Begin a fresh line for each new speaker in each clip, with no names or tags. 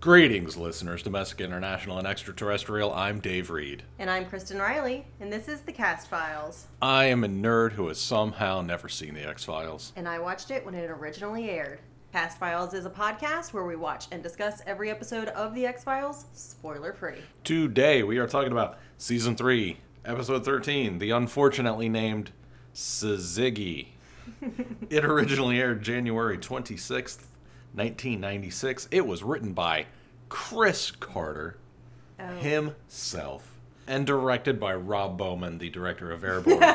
Greetings, listeners, domestic, international, and extraterrestrial. I'm Dave Reed.
And I'm Kristen Riley, and this is the Cast Files.
I am a nerd who has somehow never seen The X Files.
And I watched it when it originally aired. Cast Files is a podcast where we watch and discuss every episode of The X Files, spoiler free.
Today, we are talking about Season 3, Episode 13, the unfortunately named Saziggy. it originally aired January 26th, 1996. It was written by Chris Carter
Oh.
himself and directed by Rob Bowman, the director of Airborne, the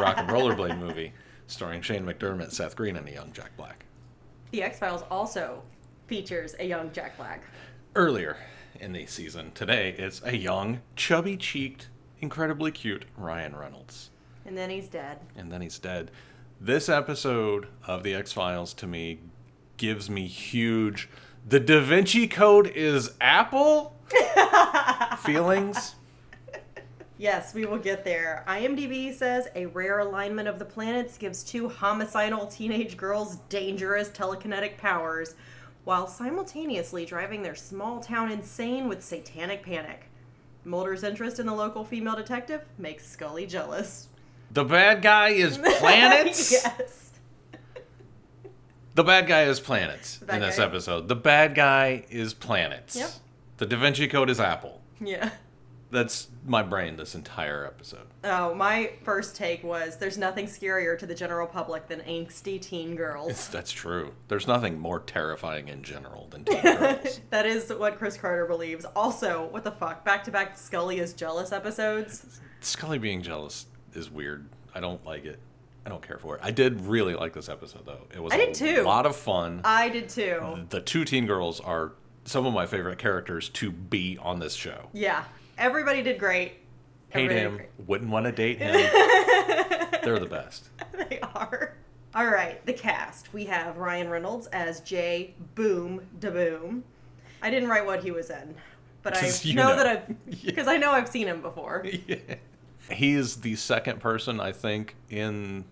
rock and rollerblade movie, starring Shane McDermott, Seth Green, and a young Jack Black.
The X Files also features a young Jack Black.
Earlier in the season, today, it's a young, chubby cheeked, incredibly cute Ryan Reynolds.
And then he's dead.
and then he's dead. This episode of The X Files to me gives me huge. The Da Vinci Code is Apple feelings.
Yes, we will get there. IMDb says a rare alignment of the planets gives two homicidal teenage girls dangerous telekinetic powers while simultaneously driving their small town insane with satanic panic. Mulder's interest in the local female detective makes Scully jealous.
The bad guy is planets.
yes.
The bad guy is planets
bad
in this
guy.
episode. The bad guy is planets.
Yep.
The Da Vinci Code is Apple.
Yeah.
That's my brain this entire episode.
Oh, my first take was there's nothing scarier to the general public than angsty teen girls.
That's true. There's nothing more terrifying in general than teen girls.
That is what Chris Carter believes. Also, what the fuck? Back to back Scully is jealous episodes.
Scully being jealous is weird. I don't like it. I don't care for it. I did really like this episode though. It was
I
a
did, too.
lot of fun.
I did too.
the two teen girls are some of my favorite characters to be on this show.
Yeah. Everybody did great.
Hate
Everybody
him.
did
Wouldn't want to date him. They're the best.
great. they are. All right, the cast. We have Ryan Reynolds as J Boom Da Boom. I didn't write what he was in, but I
'Cause you
know,
know.
that I've because I know I've seen him before.
He is the second person I think in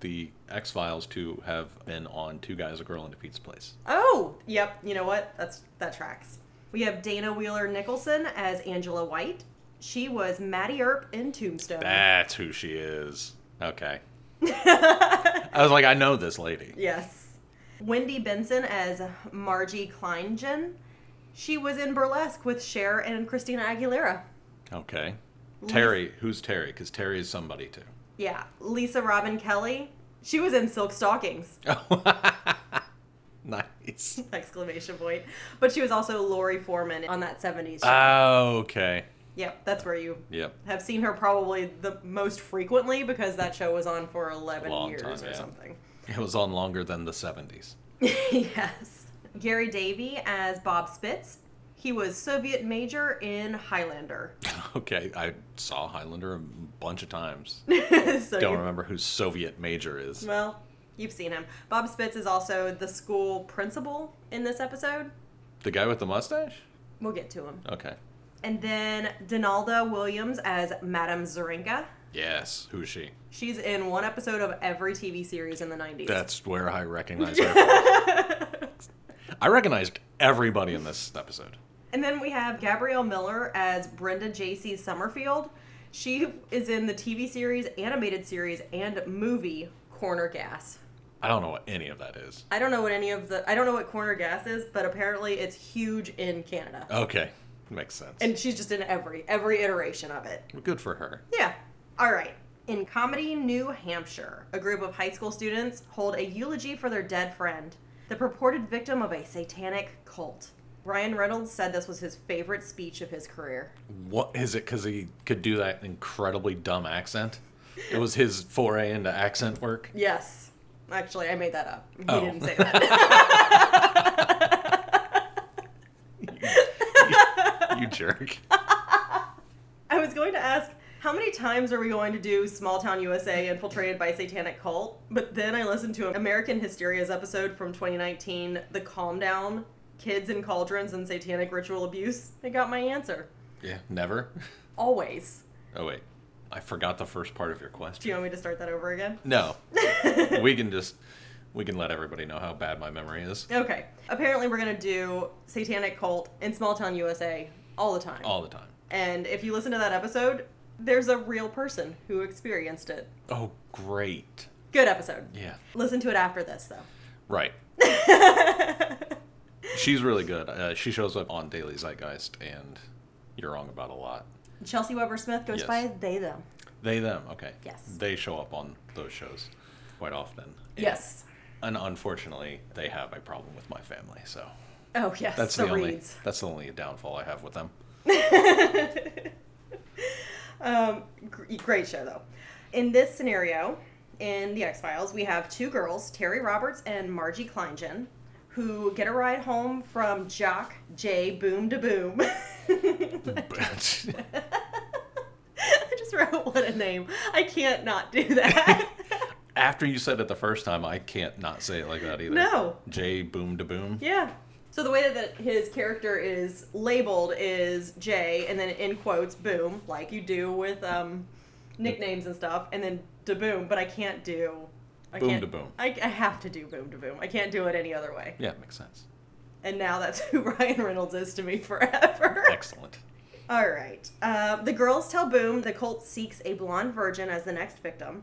the X Files to have been on Two Guys, a Girl, and a Pizza Place.
Oh, yep. You know what? That's that tracks. We have Dana Wheeler Nicholson as Angela White. She was Maddie Earp in Tombstone.
That's who she is. Okay. I was like, I know this lady.
Yes. Wendy Benson as Margie Kleingen. She was in Burlesque with Cher and Christina Aguilera.
Okay. Terry, who's Terry? Because Terry is somebody too.
Yeah. Lisa Robin Kelly. She was in Silk Stockings!
Nice.
Exclamation point. But she was also Lori Foreman on that 70s show.
Ah. okay.
yep, that's where you
Yep.
have seen her probably the most frequently because that show was on for 11
Long
years
time,
or
yeah.
something.
It was on longer than the 70s.
yes. Gary Davey as Bob Spitz. He was Soviet major in Highlander.
Okay. I saw Highlander a bunch of times.
so
Don't
you-
remember who Soviet Major is.
well, you've seen him. Bob Spitz is also the school principal in this episode.
The guy with the mustache?
We'll get to him.
Okay.
And then Donalda Williams as Madame Zarenka.
Yes. Who's she?
She's in one episode of every TV series in the 90s.
That's where I recognize her. from. I recognized everybody in this episode.
And then we have Gabrielle Miller as Brenda J.C. Summerfield. She is in the TV series, animated series, and movie Corner Gas.
I don't know what any of that is.
I don't know what any of the I don't know what Corner Gas is, but apparently it's huge in Canada.
Okay. Makes sense.
And she's just in every every iteration of it.
Good for her.
Yeah. All right. In Comedy, New Hampshire, a group of high school students hold a eulogy for their dead friend, the purported victim of a satanic cult. Ryan Reynolds said this was his favorite speech of his career.
What is it? Because he could do that incredibly dumb accent. It was his foray into accent work.
Yes. Actually, I made that up. He
Oh.
didn't say that.
You jerk.
I was going to ask, how many times are we going to do Small Town USA infiltrated by satanic cult? But then I listened to an American Hysteria's episode from 2019, The Calm Down Kids in Cauldrons and Satanic Ritual Abuse. I got my answer.
Yeah. Never.
Always.
Oh wait, I forgot the first part of your
Do
question.
you want me to start that over again?
No. we can just We can let everybody know how bad my memory is
Okay. Apparently, we're going to do Satanic Cult in Small Town USA all the time.
all the time.
And if you listen to that episode, there's a real person who experienced it.
Oh, great.
Good episode.
Yeah.
Listen to it after this, though.
Right. She's really good. Uh, she shows up on Daily Zeitgeist, and you're wrong about a lot.
Chelsea Weber Smith goes
Yes.
by they, them.
They, them, okay.
Yes.
They show up on those shows quite often. And-
Yes.
And unfortunately, they have a problem with my family, so
Oh, yes.
that's
the,
the, only
reads.
that's the only downfall I have with them.
Um, gr- great show, though. In this scenario, in The X Files, we have two girls, Terry Roberts and Margie Kleingen, who get a ride home from Jock J Boom to Boom.
But-
I just wrote what a name. I can't not do that.
After you said it the first time, I can't not say it like that either.
No.
J boom to boom.
yeah. So the way that his character is labeled is J, and then in quotes, boom, like you do with um, nicknames and stuff, and then da boom. But I can't do. I
Boom
can't,
to boom.
I, I have to do boom to boom. I can't do it any other way.
Yeah, makes sense.
And now that's who Ryan Reynolds is to me forever.
Excellent.
All right. Uh, the girls tell Boom the cult seeks a blonde virgin as the next victim,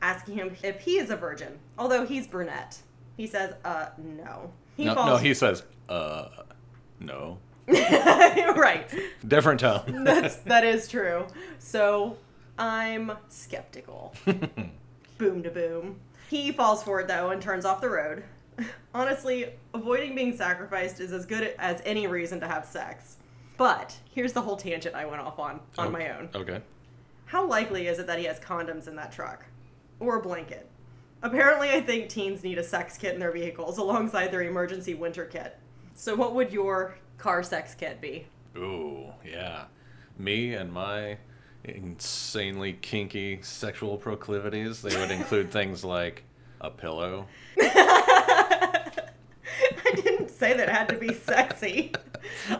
asking him if he is a virgin, although he's brunette. He says, uh, no. He
no, no, he says, uh, no.
right.
Different tone.
That's, that is true. So I'm skeptical. boom to boom. He falls for it, though, and turns off the road. Honestly, avoiding being sacrificed is as good as any reason to have sex. But here's the whole tangent I went off on on my own.
Oh, Okay.
How likely is it that he has condoms in that truck? Or a blanket? Apparently, I think teens need a sex kit in their vehicles alongside their emergency winter kit. So, what would your car sex kit be?
Ooh, yeah. Me and my insanely kinky sexual proclivities, they would include things like a pillow.
I didn't say that it had to be sexy.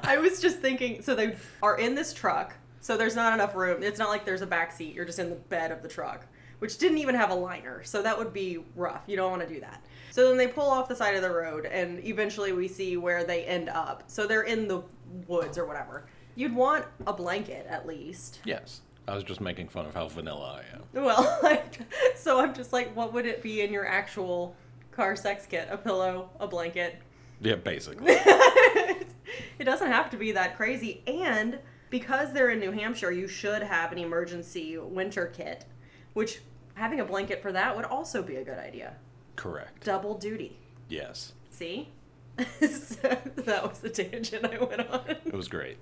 I was just thinking so they are in this truck, so there's not enough room. It's not like there's a back seat, you're just in the bed of the truck, which didn't even have a liner, so that would be rough. You don't want to do that. So then they pull off the side of the road, and eventually we see where they end up. So they're in the woods or whatever. You'd want a blanket at least.
Yes. I was just making fun of how vanilla I am.
Well, like, so I'm just like, what would it be in your actual car sex kit? A pillow, a blanket,
Yeah, basically.
it doesn't have to be that crazy. And because they're in New Hampshire, you should have an emergency winter kit, which having a blanket for that would also be a good idea.
Correct.
Double duty.
Yes.
See? so that was the tangent I went on.
It was great.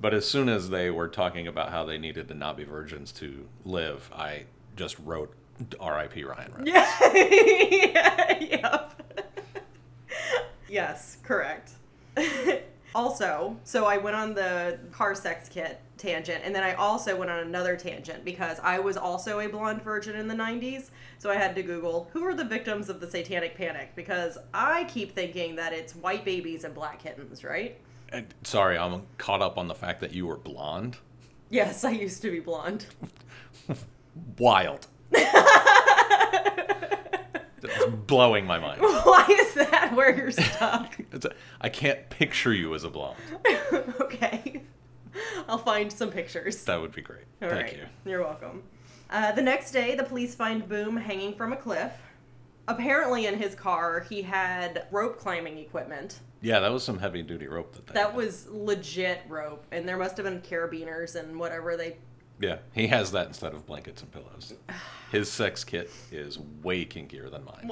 But as soon as they were talking about how they needed to not be virgins to live, I just wrote R.I.P. Ryan Reynolds.
Yeah. yeah. Yep. yes, correct. also, so I went on the car sex kit tangent, and then I also went on another tangent because I was also a blonde virgin in the 90s. So I had to Google who are the victims of the satanic panic because I keep thinking that it's white babies and black kittens, right?
And sorry, I'm caught up on the fact that you were blonde.
Yes, I used to be blonde.
Wild. It's blowing my mind.
Why is that where you're stuck?
It's a, I can't picture you as a blonde.
okay. I'll find some pictures.
That would be great.
All
Thank
right.
you.
You're welcome. Uh, the next day, the police find Boom hanging from a cliff. Apparently, in his car, he had rope climbing equipment.
Yeah, that was some heavy duty rope that they
That
had.
was legit rope, and there must have been carabiners and whatever they.
Yeah, he has that instead of blankets and pillows. His sex kit is way kinkier than mine.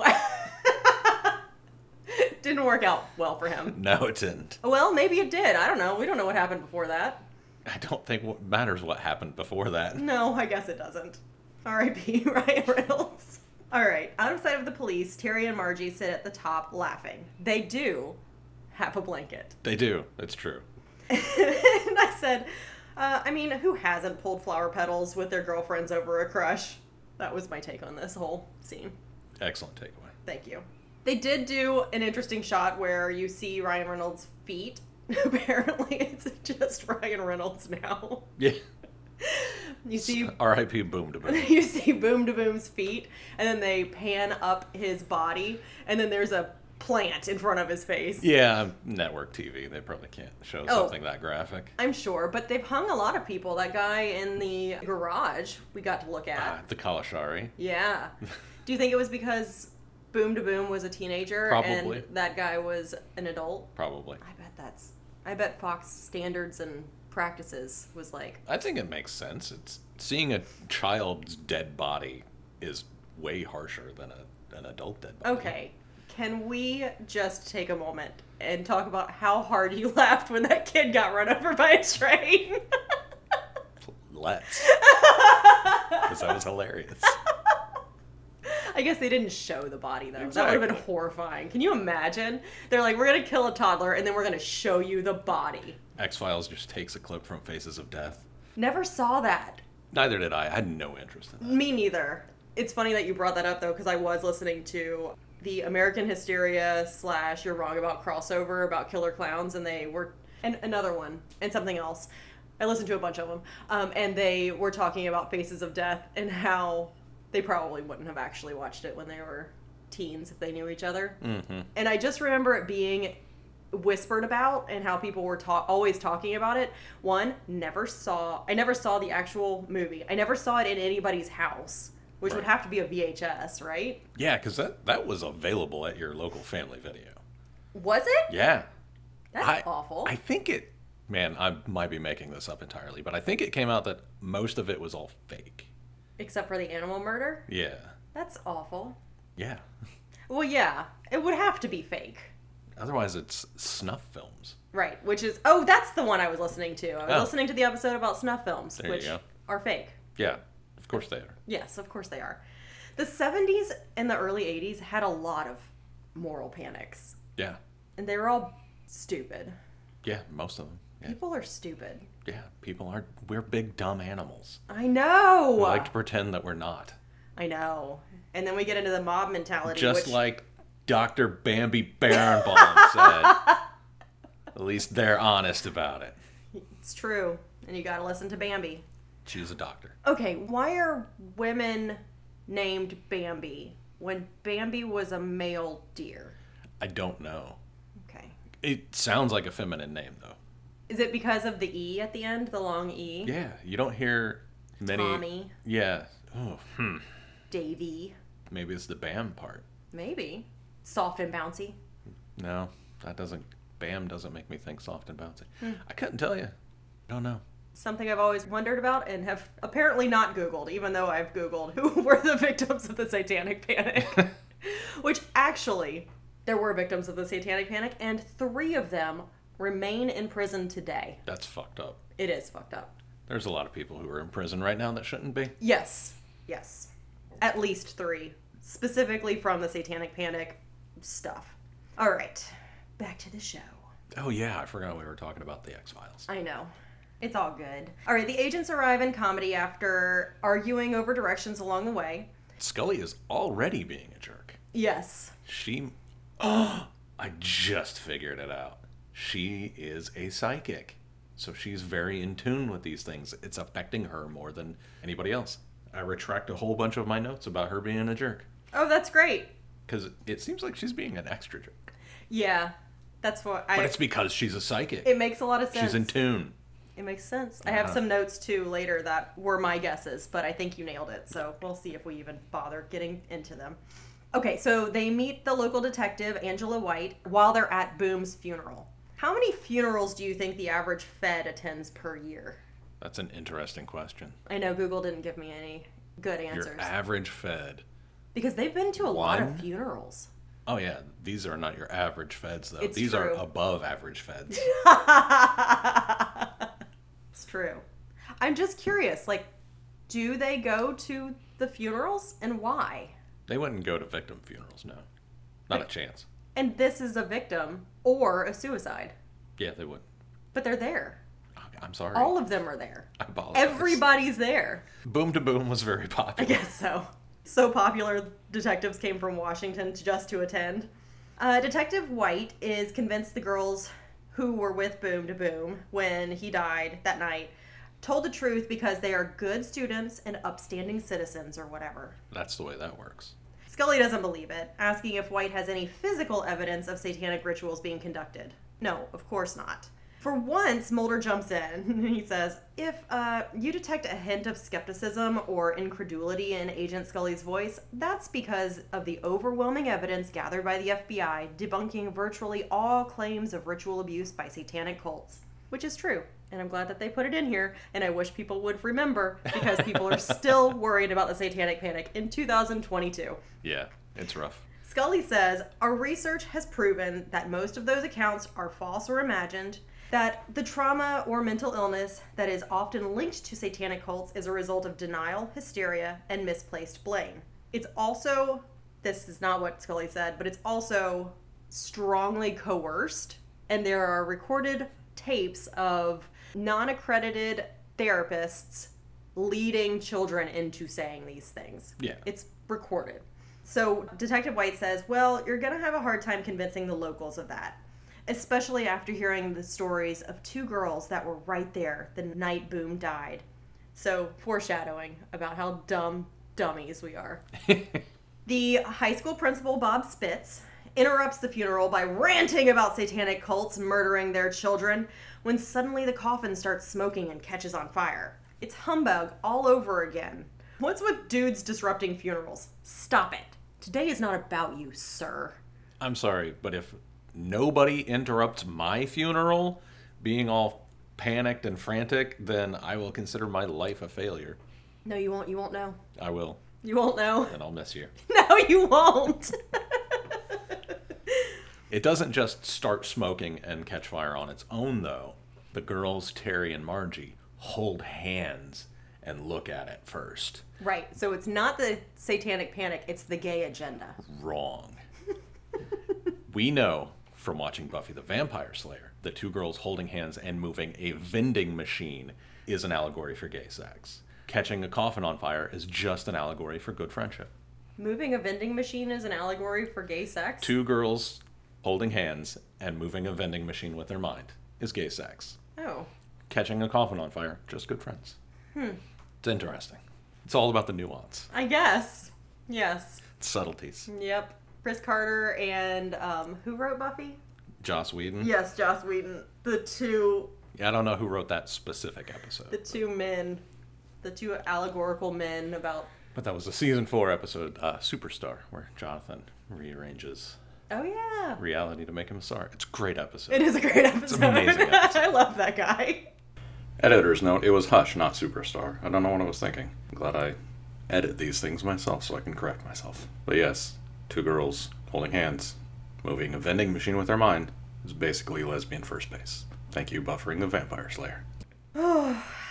Didn't work out well for him.
No, it didn't.
Well, maybe it did. I don't know. We don't know what happened before that.
I don't think what matters what happened before that.
No, I guess it doesn't. R.I.P. Ryan Reynolds. All right, outside of the police, Terry and Margie sit at the top laughing. They do have a blanket.
They do. That's true.
and I said, uh, I mean, who hasn't pulled flower petals with their girlfriends over a crush? That was my take on this whole scene.
Excellent takeaway.
Thank you. They did do an interesting shot where you see Ryan Reynolds' feet. Apparently, it's just Ryan Reynolds now.
Yeah.
You see
R.I.P. Boom to Boom.
you see Boom to Boom's feet, and then they pan up his body, and then there's a plant in front of his face.
Yeah, network TV. They probably can't show
Oh.
something that graphic.
I'm sure, but they've hung a lot of people. That guy in the garage we got to look at.
Ah, the Kalashari.
Yeah. Do you think it was because Boom to Boom was a teenager
Probably.
and that guy was an adult?
Probably.
I bet that's. I bet Fox standards and practices was like,
I think it makes sense. It's seeing a child's dead body is way harsher than a, an adult dead body.
okay, can we just take a moment and talk about how hard you laughed when that kid got run over by a train?
Let's. Because that was hilarious.
I guess they didn't show the body though. That would have been
Exactly.
horrifying. Can you imagine? They're like, we're gonna kill a toddler and then we're gonna show you the body.
X Files just takes a clip from Faces of Death.
Never saw that.
Neither did I. I had no interest in that.
Me neither. It's funny that you brought that up though, because I was listening to the American Hysteria slash You're Wrong About crossover about killer clowns, and they were and another one and something else. I listened to a bunch of them, um, and they were talking about Faces of Death and how they probably wouldn't have actually watched it when they were teens if they knew each other. Mm-hmm. And I just remember it being whispered about and how people were ta- always talking about it. One, never saw I never saw the actual movie. I never saw it in anybody's house, which would
Right.
have to be a VHS, right?
Yeah, because that, that was available at your local family video.
Was it?
Yeah.
That's
I-
awful.
I think it, man, I might be making this up entirely, but I think it came out that most of it was all fake.
Except for the animal murder.
Yeah.
That's awful.
Yeah.
Well, yeah, it would have to be fake.
Otherwise, it's snuff films.
Right, which is Oh, that's the one I was listening to. I was
Oh.
listening to the episode about snuff films,
you
which
go.
are fake.
Yeah, of course they are.
Yes, of course they are. The 70s and the early 80s had a lot of moral panics.
Yeah.
and they were all stupid.
Yeah, most of them. Yeah.
People are stupid.
Yeah, people are, we're big dumb animals.
I know.
We like to pretend that we're not.
I know. And then we get into the mob mentality.
Just
which,
like Dr. Bambi Barenbaum said. At least they're honest about it.
it's true, and you gotta listen to Bambi.
She's a doctor.
Okay, why are women named Bambi when Bambi was a male deer?
I don't know.
Okay,
It sounds like a feminine name, though.
is it because of the e at the end, the long e?
Yeah, you don't hear many.
Tommy,
Yeah. Oh, hmm.
Davy,
Maybe it's the Bam part.
maybe soft and bouncy.
No, that doesn't. Bam doesn't make me think soft and bouncy.
Hmm.
I couldn't tell you. Don't know.
something I've always wondered about and have apparently not Googled, even though I've Googled who were the victims of the Satanic Panic. Which actually, there were victims of the Satanic Panic, and three of them remain in prison today.
That's fucked up.
It is fucked up.
There's a lot of people who are in prison right now that shouldn't be.
Yes, yes. At least three, specifically from the Satanic Panic stuff. All right, back to the show.
Oh yeah, I forgot we were talking about the X Files.
I know. It's all good. All right, the agents arrive in comedy after arguing over directions along the way.
Scully is already being a jerk.
Yes.
She. Oh, I just figured it out. She is a psychic. So she's very in tune with these things. It's affecting her more than anybody else. I retract a whole bunch of my notes about her being a jerk.
Oh, that's great.
Because it seems like she's being an extra jerk.
Yeah. That's what I.
But it's because she's a psychic.
it makes a lot of sense.
she's in tune. Uh-huh.
it makes sense. I have some notes too later that were my guesses, but I think you nailed it. So we'll see if we even bother getting into them. Okay, so they meet the local detective, Angela White, while they're at Boom's funeral. How many funerals do you think the average Fed attends per year?
That's an interesting question.
I know Google didn't give me any good answers.
Your average Fed.
Because they've been to a lot
One?
of funerals.
Oh, yeah. These are not your average Feds, though.
It's
these are
true.
above average Feds.
It's true. I'm just curious, like, do they go to the funerals and why?
they wouldn't go to victim funerals, no. Not a chance.
And this is a victim or a suicide,
Yeah, they wouldn't.
but they're there.
I- I'm sorry.
All of them are there.
I apologize.
Everybody's there.
Boom to Boom was very
I
popular.
guess so. So popular, detectives came from Washington to- just to attend. Uh, Detective White is convinced the girls who were with Boom to Boom when he died that night told the truth because they are good students and upstanding citizens or whatever.
That's the way that works.
Scully doesn't believe it, asking if White has any physical evidence of satanic rituals being conducted. No, of course not. For once, Mulder jumps in. he says, If uh, you detect a hint of skepticism or incredulity in Agent Scully's voice, that's because of the overwhelming evidence gathered by the FBI debunking virtually all claims of ritual abuse by satanic cults. Which is true, and I'm glad that they put it in here, and I wish people would remember because people are still worried about the satanic panic in 2022.
Yeah, it's rough.
Scully says, Our research has proven that most of those accounts are false or imagined, that the trauma or mental illness that is often linked to satanic cults is a result of denial, hysteria, and misplaced blame. It's also, this is not what Scully said, but it's also strongly coerced, and there are recorded tapes of non accredited therapists leading children into saying these things.
Yeah.
It's recorded. So Detective White says, Well, you're going to have a hard time convincing the locals of that, especially after hearing the stories of two girls that were right there the night Boom died. So, foreshadowing about how dumb dummies we are. the high school principal, Bob Spitz, interrupts the funeral by ranting about satanic cults murdering their children when suddenly the coffin starts smoking and catches on fire. It's humbug all over again. What's with dudes disrupting funerals? Stop it. Today is not about you, sir.
I'm sorry, but if nobody interrupts my funeral being all panicked and frantic, then I will consider my life a failure.
No, you won't. You won't know.
I will,
You won't know.
and I'll miss you.
No, you won't.
It doesn't just start smoking and catch fire on its own, though. The girls, Terry and Margie, hold hands and look at it first.
right. So it's not the satanic panic, it's the gay agenda.
Wrong. we know from watching Buffy the Vampire Slayer that two girls holding hands and moving a vending machine is an allegory for gay sex. Catching a coffin on fire is just an allegory for good friendship.
Moving a vending machine is an allegory for gay sex.
Two girls holding hands and moving a vending machine with their mind is gay sex.
Oh.
catching a coffin on fire, just good friends. It's interesting. It's all about the nuance,
I guess. Yes.
subtleties.
Yep. Chris Carter and um, who wrote Buffy?
Joss Whedon.
Yes, Joss Whedon. The two,
Yeah, I don't know who wrote that specific
the
episode,
two men, the two allegorical men about.
but that was a season four episode, uh, Superstar, where Jonathan rearranges
Oh yeah,
reality to make him a star. It's a great episode.
it is a great episode.
an amazing episode.
I love that guy.
Editor's note: It was Hush, not Superstar. I don't know what I was thinking. I'm glad I edit these things myself so I can correct myself. But yes, two girls holding hands, moving a vending machine with their mind is basically lesbian first base. Thank you, buffering the Vampire Slayer.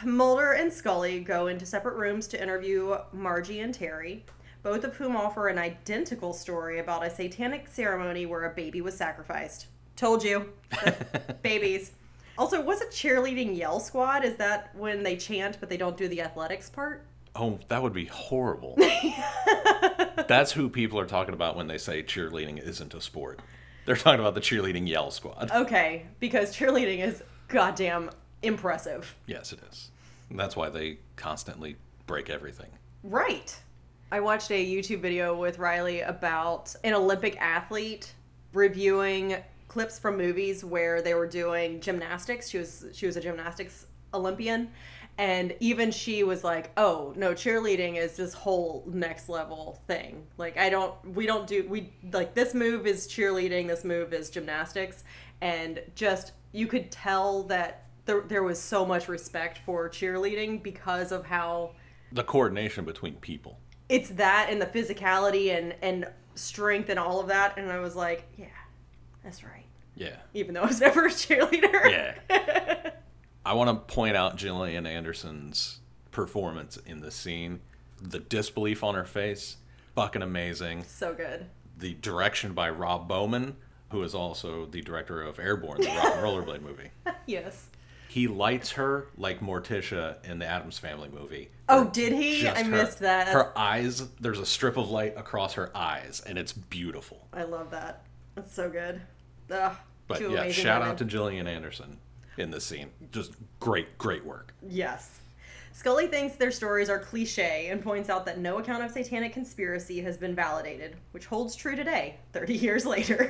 Mulder and Scully go into separate rooms to interview Margie and Terry, both of whom offer an identical story about a satanic ceremony where a baby was sacrificed. Told you. Babies. Also, what's a cheerleading yell squad? Is that when they chant but they don't do the athletics part?
Oh, that would be horrible. That's who people are talking about when they say cheerleading isn't a sport. They're talking about the cheerleading yell
Uh,
squad.
Okay, because cheerleading is goddamn impressive.
Yes, it is. And that's why they constantly break everything.
Right. I watched a YouTube video with Riley about an Olympic athlete reviewing clips from movies where they were doing gymnastics. She was she was a gymnastics Olympian and even she was like, "Oh, no, cheerleading is this whole next level thing. Like I don't we don't do we like this move is cheerleading, this move is gymnastics." And just you could tell that there, there was so much respect for cheerleading because of how
The coordination between people.
it's that and the physicality and and strength and all of that and i was like yeah that's right
Yeah.
even though i was never a cheerleader
Yeah. I want to point out Gillian Anderson's performance in this scene. The disbelief on her face, fucking amazing.
so good
The direction by Rob Bowman, who is also the director of Airborne, the rock and rollerblade movie.
yes
He lights her like Morticia in the Adams Family movie.
oh did he
Just
i
her-
missed that
Her eyes, there's a strip of light across her eyes, and it's beautiful.
i love that that's so good Ugh,
But
two
yeah,
amazing
shout
women.
out to Gillian Anderson. in this scene. Just great, great work.
Yes. Scully thinks their stories are cliche and points out that no account of satanic conspiracy has been validated, which holds true today, 30 years later.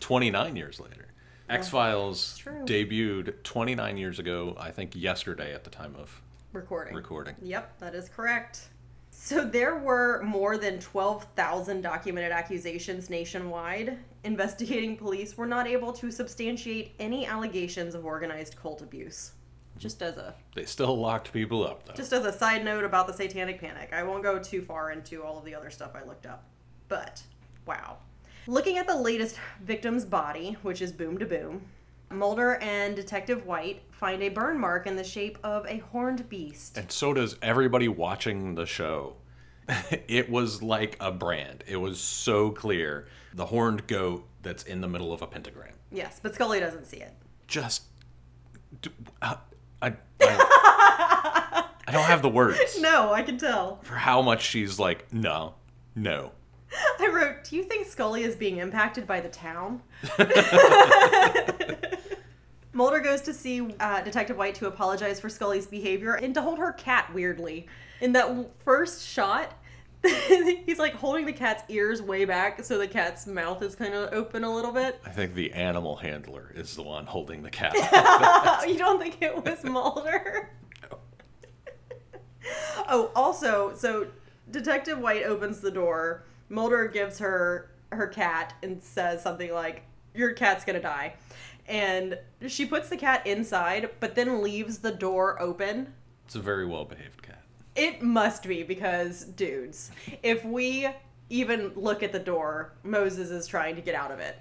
29 years later. X Files
true.
debuted 29 years ago, I think yesterday at the time of
Recording.
recording.
Yep, that is correct. So there were more than 12,000 documented accusations nationwide. Investigating police were not able to substantiate any allegations of organized cult abuse. Just as a
They still locked people up, though.
just as a side note about the satanic panic. I won't go too far into all of the other stuff I looked up. But wow. Looking at the latest victim's body, which is boom to boom, Mulder and Detective White find a burn mark in the shape of a horned beast.
and so does everybody watching the show. it was like a brand. It was so clear. The horned goat that's in the middle of a pentagram.
Yes, but Scully doesn't see it.
Just. d- uh, I, I, I don't have the words
No, I can tell.
for how much she's like, no, no.
I wrote, Do you think Scully is being impacted by the town? Mulder goes to see uh, Detective White to apologize for Scully's behavior and to hold her cat weirdly. In that w- first shot, he's like holding the cat's ears way back so the cat's mouth is kind of open a little bit.
I think the animal handler is the one holding the cat.
you don't think it was Mulder? oh, also, so Detective White opens the door. Mulder gives her her cat and says something like, "Your cat's gonna die," and she puts the cat inside, but then leaves the door open.
it's a very well behaved cat.
It must be because, dudes, if we even look at the door, Moses is trying to get out of it.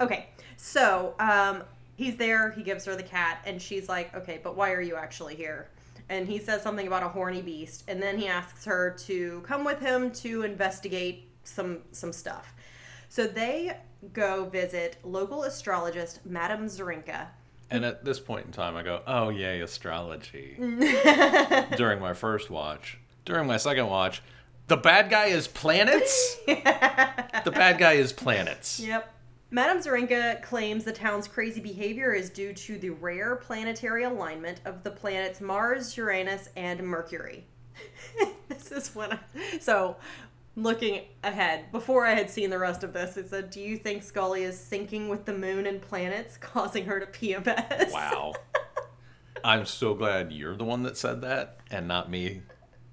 Okay, so um, he's there, he gives her the cat, and she's like, okay, but why are you actually here? And he says something about a horny beast, and then he asks her to come with him to investigate some some stuff. So they go visit local astrologist Madame Zarinka.
And at this point in time, I go, oh, yay, astrology. During my first watch. During my second watch, the bad guy is planets? the bad guy is planets.
Yep. Madame Zarenka claims the town's crazy behavior is due to the rare planetary alignment of the planets Mars, Uranus, and Mercury. this is when I. So, looking ahead, before I had seen the rest of this, it said, Do you think Scully is syncing with the moon and planets, causing her to PMS?
Wow. I'm so glad you're the one that said that and not me.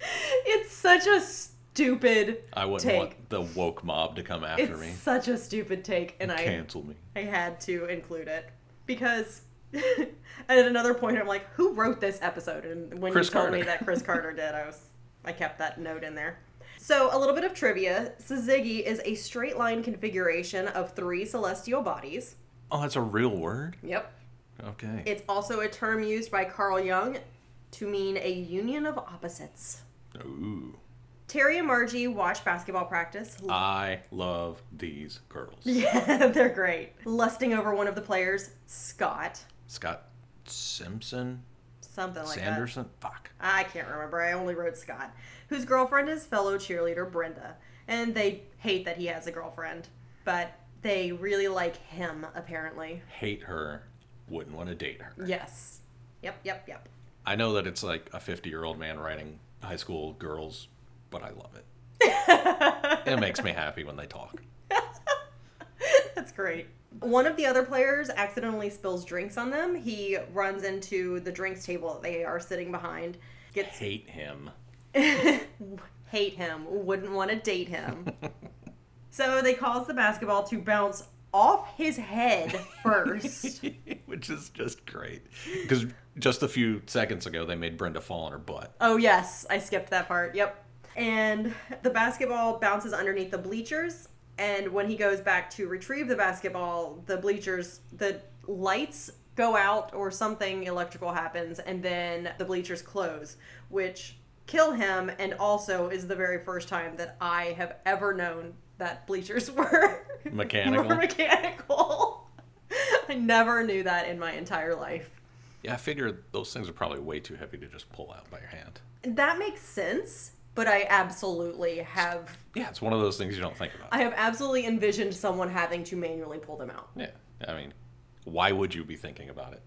It's such a stupid.
I wouldn't
take.
want the woke mob to come after
It's
me.
such a stupid take, and I.
Cancel me.
I had to include it because at another point I'm like, who wrote this episode? And when
Chris
you told me
Carter.
that Chris Carter did, I was I kept that note in there. So a little bit of trivia: Syzygy is a straight line configuration of three celestial bodies.
Oh, that's a real word?
Yep.
Okay.
It's also a term used by Carl Jung to mean a union of opposites.
Ooh.
Terry and Margie watch basketball practice.
I love these girls.
Yeah, they're great. Lusting over one of the players, Scott,
Scott Simpson?
something like that.
Sanderson? Fuck.
I can't remember. I only wrote Scott, whose girlfriend is fellow cheerleader Brenda. And they hate that he has a girlfriend, but they really like him, apparently.
Hate her. Wouldn't want to date her.
Yes. Yep, yep, yep.
I know that it's like a 50 year old man writing high school girls, but I love it. it makes me happy when they talk.
That's great. One of the other players accidentally spills drinks on them. He runs into the drinks table that they are sitting behind, gets
Hate him.
hate him, wouldn't want to date him. so they cause the basketball to bounce off his head first.
Which is just great. Because just a few seconds ago, they made Brenda fall on her butt.
Oh, yes. I skipped that part. Yep. And the basketball bounces underneath the bleachers. And when he goes back to retrieve the basketball, the bleachers, the lights go out or something electrical happens. And then the bleachers close, which kill him. And also is the very first time that I have ever known that bleachers were
Mechanical.
were mechanical. I never knew that in my entire life.
Yeah, I figure those things are probably way too heavy to just pull out by your hand.
That makes sense, but I absolutely have
Yeah, it's one of those things you don't think about.
I have absolutely envisioned someone having to manually pull them out.
Yeah, I mean, Why would you be thinking about it?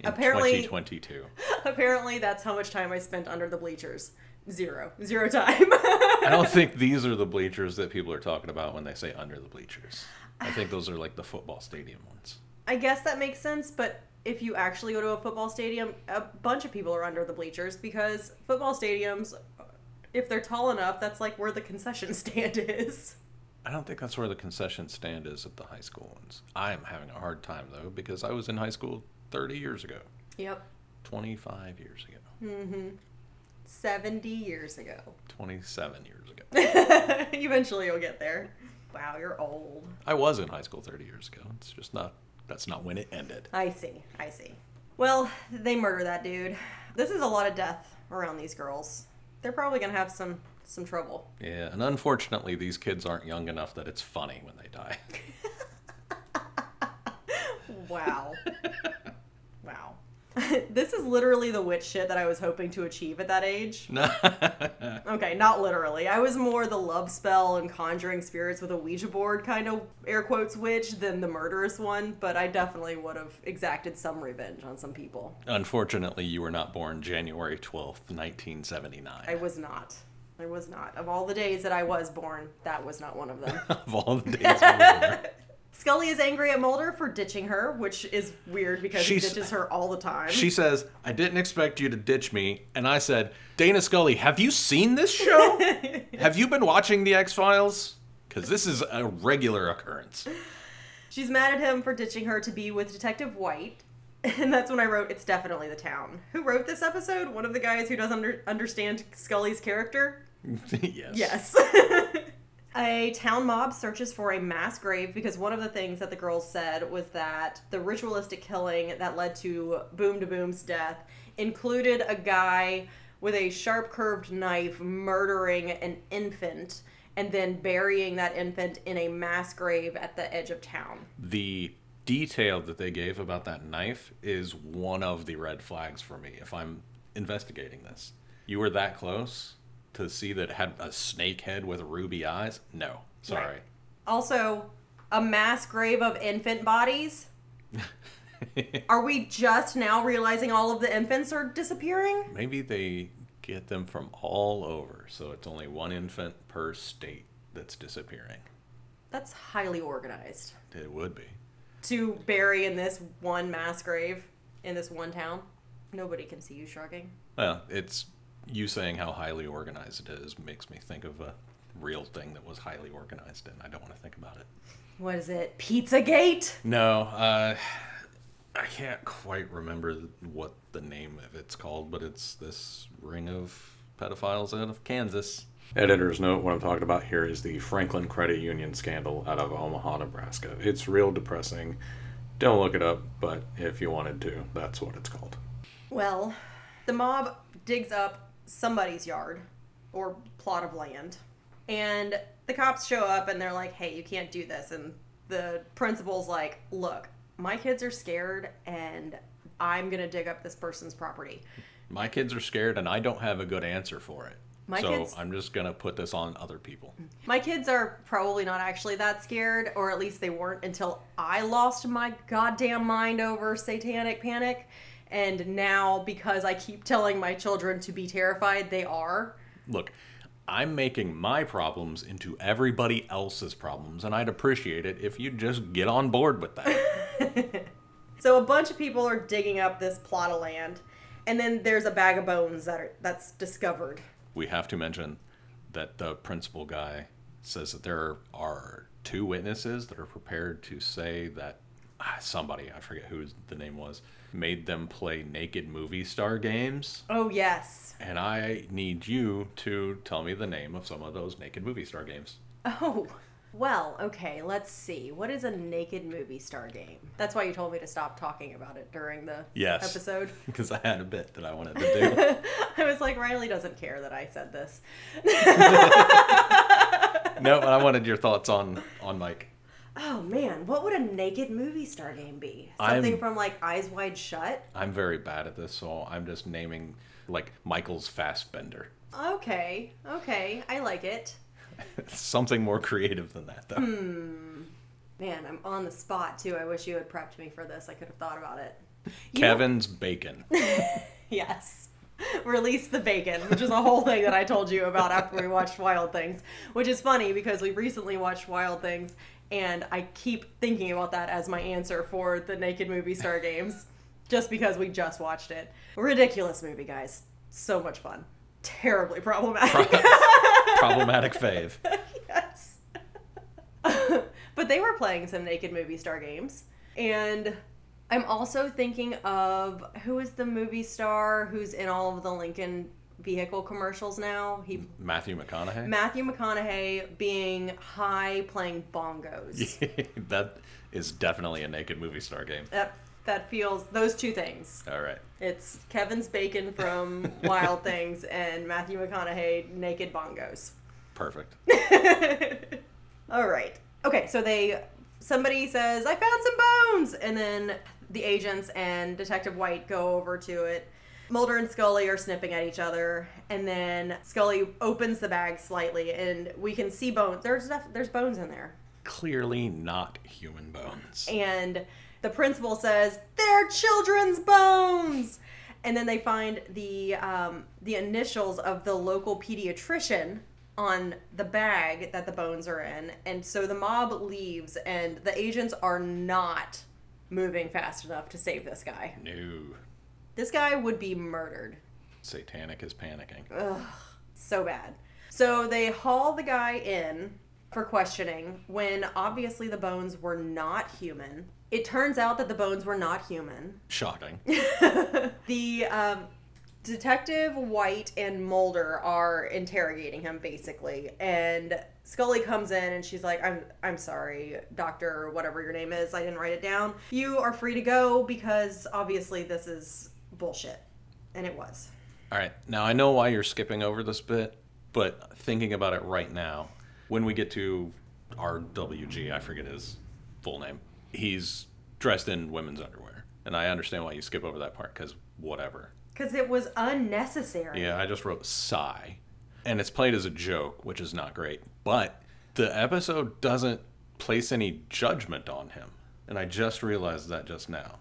In
Apparently-
2022.
Apparently, that's how much time I spent under the bleachers. Zero. Zero time.
I don't think these are the bleachers that people are talking about when they say under the bleachers. I think those are like the football stadium ones.
I guess that makes sense, but if you actually go to a football stadium, a bunch of people are under the bleachers because football stadiums, if they're tall enough, that's like where the concession stand is.
I don't think that's where the concession stand is at the high school ones. I'm having a hard time though because I was in high school 30 years ago,
Yep.
25 years ago,
70 years ago.
27 years ago.
Eventually you'll get there. Wow, you're old.
I was in high school 30 years ago. It's just not that's not when it ended.
I see. I see. Well, they murder that dude. This is a lot of death around these girls. They're probably going to have some some trouble.
Yeah, and unfortunately these kids aren't young enough that it's funny when they die.
Wow. wow. this is literally the witch shit that I was hoping to achieve at that age.
No.
Okay, not literally. I was more the love spell and conjuring spirits with a Ouija board kind of air quotes witch than the murderous one, but I definitely would have exacted some revenge on some people.
Unfortunately, you were not born January 12th, 1979.
I was not. I was not. Of all the days that I was born, that was not one of them.
of all the days. we were.
Scully is angry at Mulder for ditching her, which is weird because he
She's-
ditches her all the time.
She says, I didn't expect you to ditch me. And I said, Dana Scully, have you seen this show? have you been watching The X Files? Because this is a regular occurrence.
She's mad at him for ditching her to be with Detective White. And that's when I wrote, it's definitely the town. Who wrote this episode? One of the guys who doesn't under- understand Scully's character?
yes.
Yes. a town mob searches for a mass grave because one of the things that the girls said was that the ritualistic killing that led to Boom to Boom's death included a guy with a sharp curved knife murdering an infant and then burying that infant in a mass grave at the edge of town.
The detail that they gave about that knife is one of the red flags for me if I'm investigating this. You were that close to see that it had a snake head with ruby eyes? No. Sorry.
Also, a mass grave of infant bodies? Are we just now realizing all of the infants are disappearing?
Maybe they get them from all over, so it's only one infant per state that's disappearing.
That's highly organized
It would be.
to bury in this one mass grave in this one town. Nobody can see you shrugging.
Well, it's you saying how highly organized it is makes me think of a real thing that was highly organized, and I don't want to think about it.
What is it? Pizzagate?
No, uh, I can't quite remember what the name of it's called, but it's this ring of pedophiles out of Kansas. Editor's note what I'm talking about here is the Franklin Credit Union scandal out of Omaha, Nebraska. It's real depressing. Don't look it up, but if you wanted to, that's what it's called.
Well, the mob digs up somebody's yard or plot of land, and the cops show up and they're like, hey, you can't do this. And the principal's like, look, my kids are scared and I'm going to dig up this person's property.
My kids are scared, and I don't have a good answer for it.
My
so
kids-
I'm just going to put this on other people.
My kids are probably not actually that scared, or at least they weren't until I lost my goddamn mind over satanic panic. And now, because I keep telling my children to be terrified, they are.
Look, I'm making my problems into everybody else's problems, and I'd appreciate it if you'd just get on board with that.
So a bunch of people are digging up this plot of land, and then there's a bag of bones that are that's discovered.
we have to mention that the principal guy says that there are two witnesses that are prepared to say that ah, somebody, I forget who the name was, made them play naked movie star games.
Oh yes.
And I need you to tell me the name of some of those naked movie star games.
Oh. Well, okay, let's see. What is a naked movie star game? That's why you told me to stop talking about it during the
Yes.
episode.
Because I had a bit that I wanted to
I was like, Riley doesn't care that I said this.
do. no, but I wanted your thoughts on on like
Oh man, what would a naked movie star game be? Something
I'm-
from like Eyes Wide Shut?
I'm very bad at this, so I'm just naming like Michael's Fastbender.
Okay, okay, I like it.
Something more creative than that, though.
Man, I'm on the spot too. I wish you had prepped me for this. I could have thought about it. You know-
Kevin's Bacon.
Yes. Release the bacon, which is a whole thing that I told you about after we watched Wild Things, which is funny because we recently watched Wild Things and I keep thinking about that as my answer for the Naked Movie Star Games just because we just watched it. Ridiculous movie, guys. So much fun. Terribly problematic.
Problematic fave.
yes. but they were playing some naked movie star games. And I'm also thinking of who is the movie star who's in all of the Lincoln vehicle commercials now? He
Matthew McConaughey.
Matthew McConaughey being high playing bongos.
that is definitely a naked movie star game.
That that feels those two things.
All right.
It's Kevin's bacon from Wild Things and Matthew McConaughey naked bongos.
Perfect.
All right. Okay, so they somebody says, "I found some bones." And then the agents and Detective White go over to it. Mulder and Scully are snipping at each other, and then Scully opens the bag slightly and we can see bones. There's def- there's bones in there.
Clearly not human bones.
And the principal says, "They're children's bones." And then they find the um, the initials of the local pediatrician on the bag that the bones are in, and so the mob leaves, and the agents are not moving fast enough to save this guy.
No.
This guy would be murdered.
Satanic is panicking.
so bad. So they haul the guy in for questioning when obviously the bones were not human. It turns out that the bones were not human.
Shocking.
The um, detective White and Mulder are interrogating him basically, and Scully comes in and she's like, "I'm I'm sorry, Doctor, whatever your name is, I didn't write it down. You are free to go because obviously this is bullshit," and it was.
All right. Now I know why you're skipping over this bit, but thinking about it right now, when we get to RWG, I forget his full name. He's dressed in women's underwear, and I understand why you skip over that part because whatever.
Because it was unnecessary.
Yeah, I just wrote sigh. And it's played as a joke, which is not great. But the episode doesn't place any judgment on him. And I just realized that just now.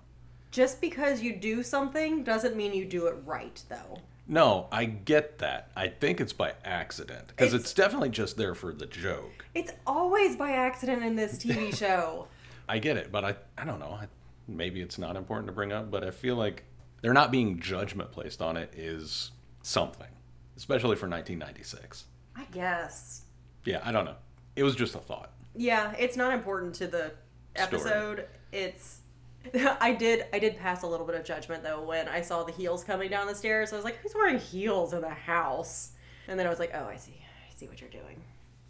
Just because you do something doesn't mean you do it right, though.
No, I get that. I think it's by accident. Because
It's-
it's definitely just there for the joke.
It's always by accident in this TV show.
I get it, but I, I don't know. I, maybe it's not important to bring up, but I feel like they're not being judgment placed on it is something, especially for 1996.
I guess.
Yeah, I don't know. It was just a thought.
Yeah, it's not important to the episode. It's. I did. I did pass a little bit of judgment though when I saw the heels coming down the stairs. I was like, "Who's wearing heels in the house?" And then I was like, "Oh, I see. I see what you're doing."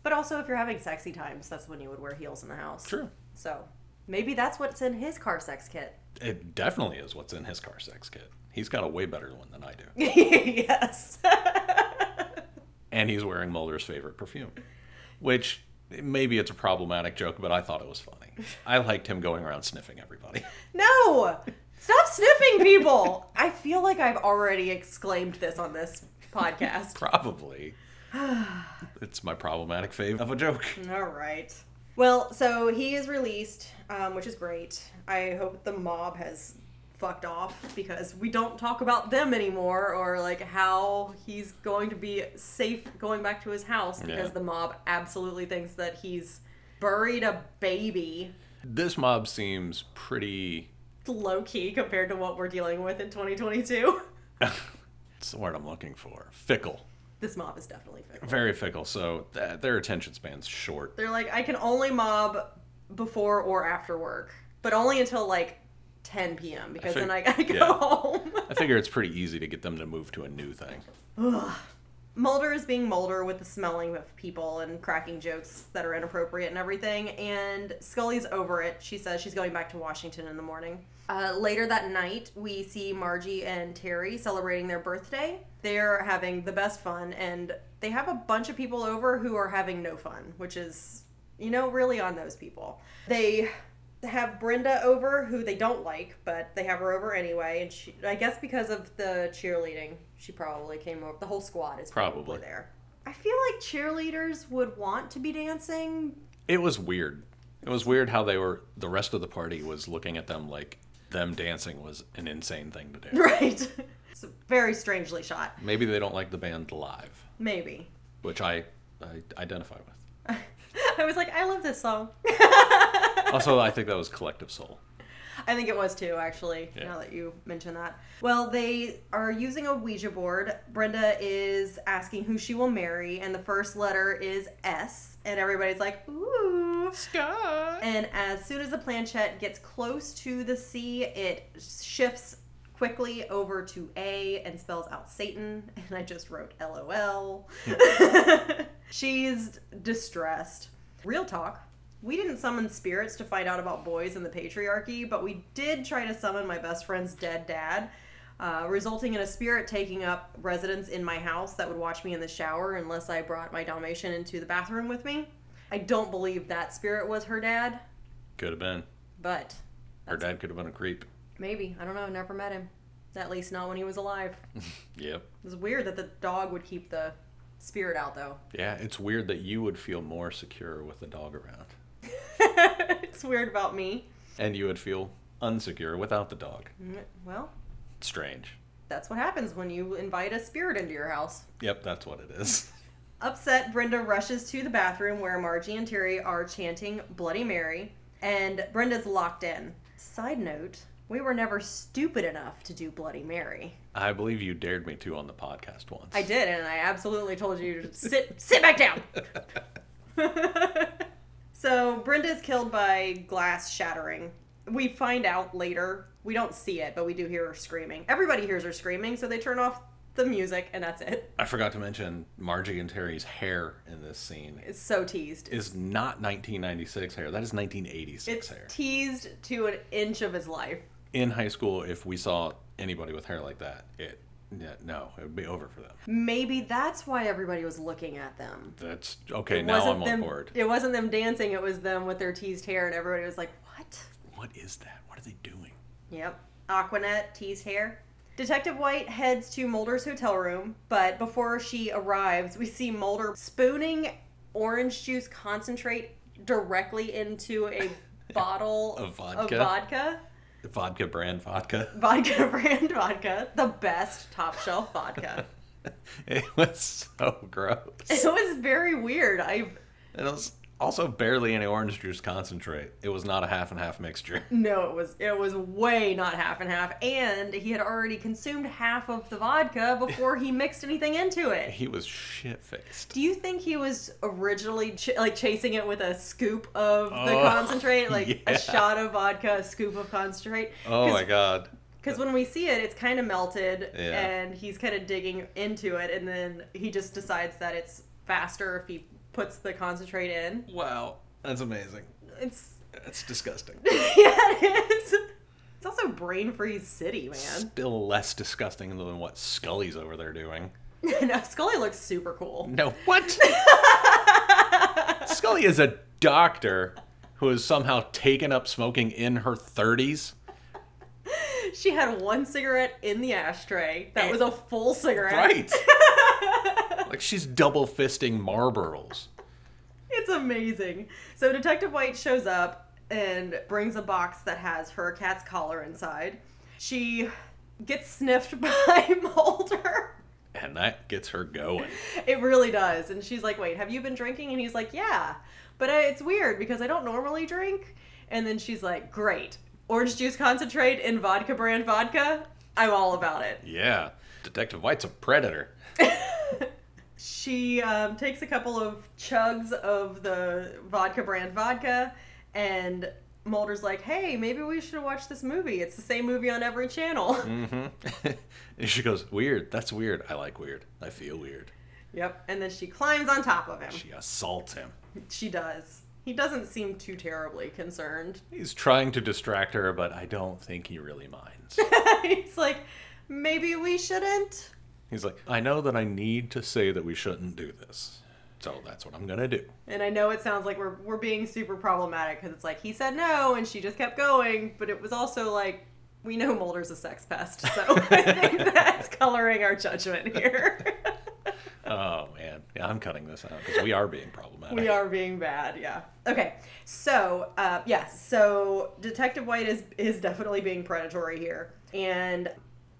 But also, if you're having sexy times, that's when you would wear heels in the house.
True.
So maybe that's what's in his car sex kit.
It definitely is what's in his car sex kit. He's got a way better one than I do.
yes.
And he's wearing Mulder's favorite perfume, which maybe it's a problematic joke, but I thought it was funny. I liked him going around sniffing everybody.
No! Stop sniffing people! I feel like I've already exclaimed this on this podcast.
Probably. It's my problematic fave of a joke.
All right. Well, so he is released, um, which is great. I hope the mob has fucked off because we don't talk about them anymore or like how he's going to be safe going back to his house because
Yeah.
the mob absolutely thinks that he's buried a baby
This mob seems pretty.
low key compared to what we're dealing with in 2022.
It's the word I'm looking for. Fickle.
This mob is definitely fit.
Very fickle. So th- their attention span's short.
They're like, I can only mob before or after work, but only until like 10 p.m. because
think-
then I gotta go
yeah.
home.
I figure it's pretty easy to get them to move to a new thing.
Mulder is being Mulder with the smelling of people and cracking jokes that are inappropriate and everything. And Scully's over it. She says she's going back to Washington in the morning. Uh, later that night, we see Margie and Terry celebrating their birthday. They're having the best fun, and they have a bunch of people over who are having no fun, which is, you know, really on those people. They have Brenda over, who they don't like, but they have her over anyway. And she, I guess because of the cheerleading, she probably came over. The whole squad is probably
Probably.
there. I feel like cheerleaders would want to be dancing.
It was weird. It was weird how they were. The rest of the party was looking at them like them dancing was an insane thing to do.
Right. It's very strangely shot.
Maybe they don't like the band live,
Maybe.
which I, I identify with.
I was like, I love this song.
Also, I think that was Collective Soul.
I think it was too, actually,
Yeah.
now that you mention that. Well, they are using a Ouija board. Brenda is asking who she will marry, and the first letter is S, and everybody's like, ooh.
Scott.
And as soon as the planchette gets close to the C, it shifts quickly over to A and spells out Satan. And I just wrote LOL. She's distressed. Real talk. We didn't summon spirits to find out about boys in the patriarchy, but we did try to summon my best friend's dead dad, uh, resulting in a spirit taking up residence in my house that would watch me in the shower unless I brought my Dalmatian into the bathroom with me. I don't believe that spirit was her dad,
Could have been.
but
Her dad could have been a creep.
maybe. I don't know. Never met him. At least not when he was alive. It
Yep.
was weird that the dog would keep the spirit out, though.
Yeah, it's weird that you would feel more secure with a dog around,
it's weird about me.
and you would feel unsecure without the dog.
Mm, Well,
Strange.
that's what happens when you invite a spirit into your house.
Yep, that's what it is.
Upset, Brenda rushes to the bathroom where Margie and Terry are chanting Bloody Mary, and Brenda's locked in. Side note, we were never stupid enough to do Bloody Mary.
I believe you dared me to on the podcast once.
I did, and I absolutely told you to sit sit back down. so Brenda's killed by glass shattering. We find out later. We don't see it, but we do hear her screaming. Everybody hears her screaming, so they turn off the music, and that's it.
I forgot to mention Margie and Terry's hair in this scene
It's so teased.
is not 1996 hair. That is 1986
It's
hair.
teased to an inch of his life.
In high school, if we saw anybody with hair like that, it yeah, no, it would be over for them.
Maybe that's why everybody was looking at them.
That's okay. Now I'm on
them,
board.
It wasn't them dancing, it was them with their teased hair, and everybody was like, What?
What is that? What are they doing?
Yep. Aquanet, teased hair. Detective White heads to Mulder's hotel room, but before she arrives, we see Mulder spooning orange juice concentrate directly into a bottle
Of vodka.
Of vodka.
Vodka brand vodka.
Vodka brand vodka, the best top shelf vodka.
It was so gross.
it was very weird. I
And it was also barely any orange juice concentrate. It was not a half and half mixture.
No, it was it was way not half and half, and he had already consumed half of the vodka before he mixed anything into it.
He was shit faced.
Do you think he was originally ch- like chasing it with a scoop of the
Oh,
concentrate, like
yeah.
a shot of vodka, a scoop of concentrate?
Oh my god.
Because when we see it, it's kind of melted,
Yeah.
and he's kind of digging into it, and then he just decides that it's faster if he puts the concentrate in.
Wow. That's amazing.
It's
That's disgusting.
yeah, it is. It's also brain freeze city, man.
Still less disgusting than what Scully's over there doing.
no, Scully looks super cool.
No, what? Scully is a doctor who has somehow taken up smoking in her 30s.
She had one cigarette in the ashtray. That was a full cigarette.
Right. like she's double fisting Marlboros.
It's amazing. So Detective White shows up and brings a box that has her cat's collar inside. She gets sniffed by Mulder.
And that gets her going.
It really does. And she's like, "Wait, have you been drinking?" And he's like, "Yeah, but I, it's weird because I don't normally drink." And then she's like, "Great, orange juice concentrate and vodka brand vodka. I'm all about it."
Yeah. Detective White's a predator.
She um, takes a couple of chugs of the vodka brand vodka, and Mulder's like, "Hey, maybe we should watch this movie. It's the same movie on every channel."
and she goes, Weird. That's weird. I like weird. I feel weird.
Yep. And then she climbs on top of him.
She assaults him.
She does. He doesn't seem too terribly concerned.
He's trying to distract her, but I don't think he really minds.
He's like, "Maybe we shouldn't."
He's like, I know that I need to say that we shouldn't do this. So that's what I'm going to do.
And I know it sounds like we're we're being super problematic because it's like he said no and she just kept going, but it was also like we know Mulder's a sex pest, so I think that's coloring our judgment here.
Oh man, yeah, I'm cutting this out because we are being problematic.
We are being bad, yeah. Okay, so uh, yes, so Detective White is is definitely being predatory here, and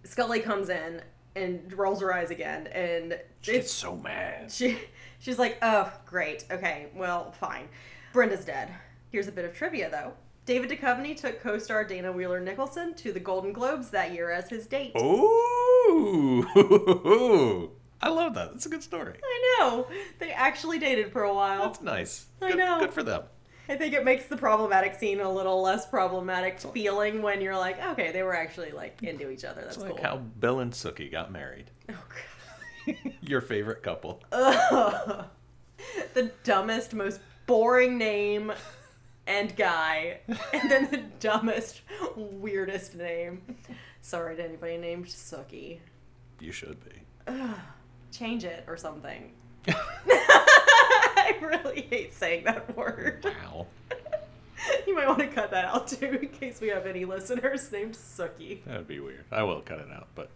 Scully comes in and rolls her eyes again, and
She gets so mad.
she she's like, "Oh, great. Okay, well, fine. Brenda's dead." Here's a bit of trivia, though. David Duchovny took co-star Dana Wheeler Nicholson to the Golden Globes that year as his date.
Oh. Ooh, I love that. That's a good story.
I know they actually dated for a while.
That's nice.
I
Good,
know.
Good for them.
I think it makes the problematic scene a little less problematic feeling when you're like, okay, they were actually like into each other. That's
It's like
cool.
how Bill and Sookie got married.
Oh,
Your favorite couple.
Uh, God. the dumbest, most boring name and guy, and then the dumbest, weirdest name. Sorry to anybody named Sookie.
You should be.
Change it or something. I really hate saying that word.
Wow.
You might want to cut that out too, in case we have any listeners named Sookie.
That would be weird. I will cut it out, but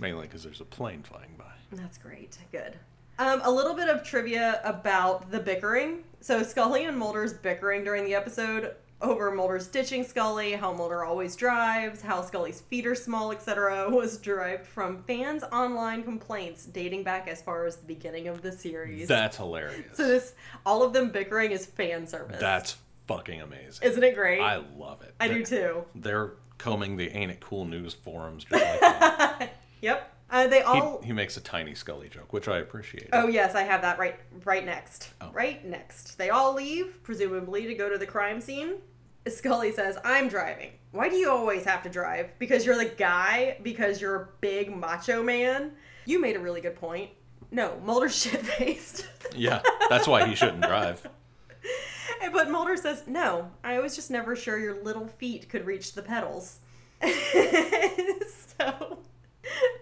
mainly because there's a plane flying by.
That's great. Good. Um, a little bit of trivia about the bickering. So Scully and Mulder's bickering during the episode over Mulder's ditching Scully, how Mulder always drives, how Scully's feet are small, etc., was derived from fans' online complaints dating back as far as the beginning of the series.
That's hilarious.
so this, all of them bickering is fan service.
That's fucking amazing.
isn't it great?
I love it.
I
They're-
do too.
They're combing the ain't it cool news forums just like that.
Yep. Uh, they all.
he, he makes a tiny Scully joke, which I appreciate.
Oh yes, I have that right right next.
Oh.
Right next. They all leave, presumably to go to the crime scene. Scully says, "I'm driving. Why do you always have to drive? Because you're the guy, because you're a big macho man." You made a really good point. No, Mulder's shit-faced.
Yeah, that's why he shouldn't drive.
but Mulder says, "No, I was just never sure your little feet could reach the pedals." so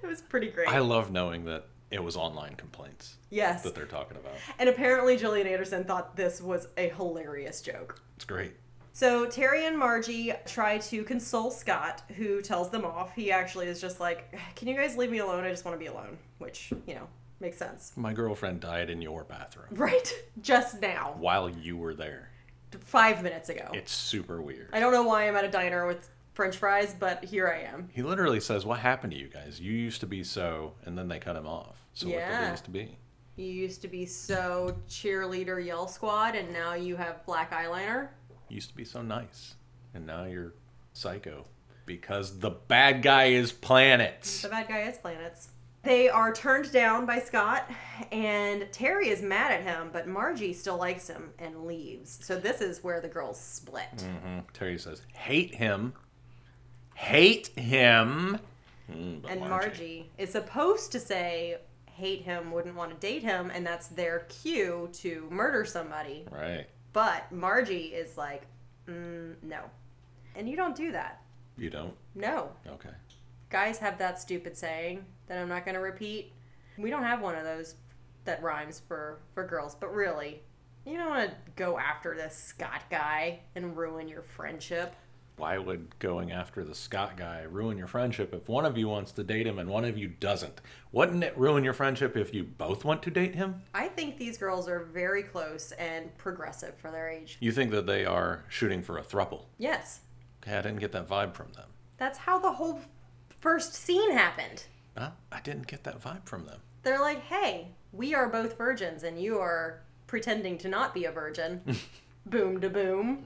it was pretty great.
I love knowing that it was online complaints
yes.
that they're talking about.
And apparently Gillian Anderson thought this was a hilarious joke.
It's great.
So Terry and Margie try to console Scott, who tells them off. He actually is just like, "Can you guys leave me alone? I just want to be alone," which you know makes sense,
My girlfriend died in your bathroom
right? Just now,
while you were there.
five minutes ago.
It's super weird.
I don't know why I'm at a diner with French fries, but here I am.
He literally says, "What happened to you guys? You used to be so," and then they cut him off. So what did
Yeah.
he used to be?
You used to be so cheerleader yell squad, and now you have black eyeliner.
You used to be so nice, and now you're psycho because the bad guy is planets.
The bad guy is planets. They are turned down by Scott, and Terry is mad at him, but Margie still likes him and leaves. So this is where the girls split.
Mhm. Terry says, "Hate him, hate him." Mm, but
And Margie. is supposed to say, hate him, wouldn't want to date him, and that's their cue to murder somebody.
right?
But Margie is like, mm, no. And you don't do that.
You don't?
No.
Okay.
Guys have that stupid saying that I'm not going to repeat. We don't have one of those that rhymes for for girls, but really, you don't want to go after this Scott guy and ruin your friendship.
Why would going after the Scott guy ruin your friendship if one of you wants to date him and one of you doesn't? Wouldn't it ruin your friendship if you both want to date him?
I think these girls are very close and progressive for their age.
You think that they are shooting for a thruple.
Yes.
Okay, I didn't get that vibe from them.
That's how the whole first scene happened.
Huh? I didn't get that vibe from them.
They're like, "Hey, we are both virgins and you are pretending to not be a virgin." boom to boom.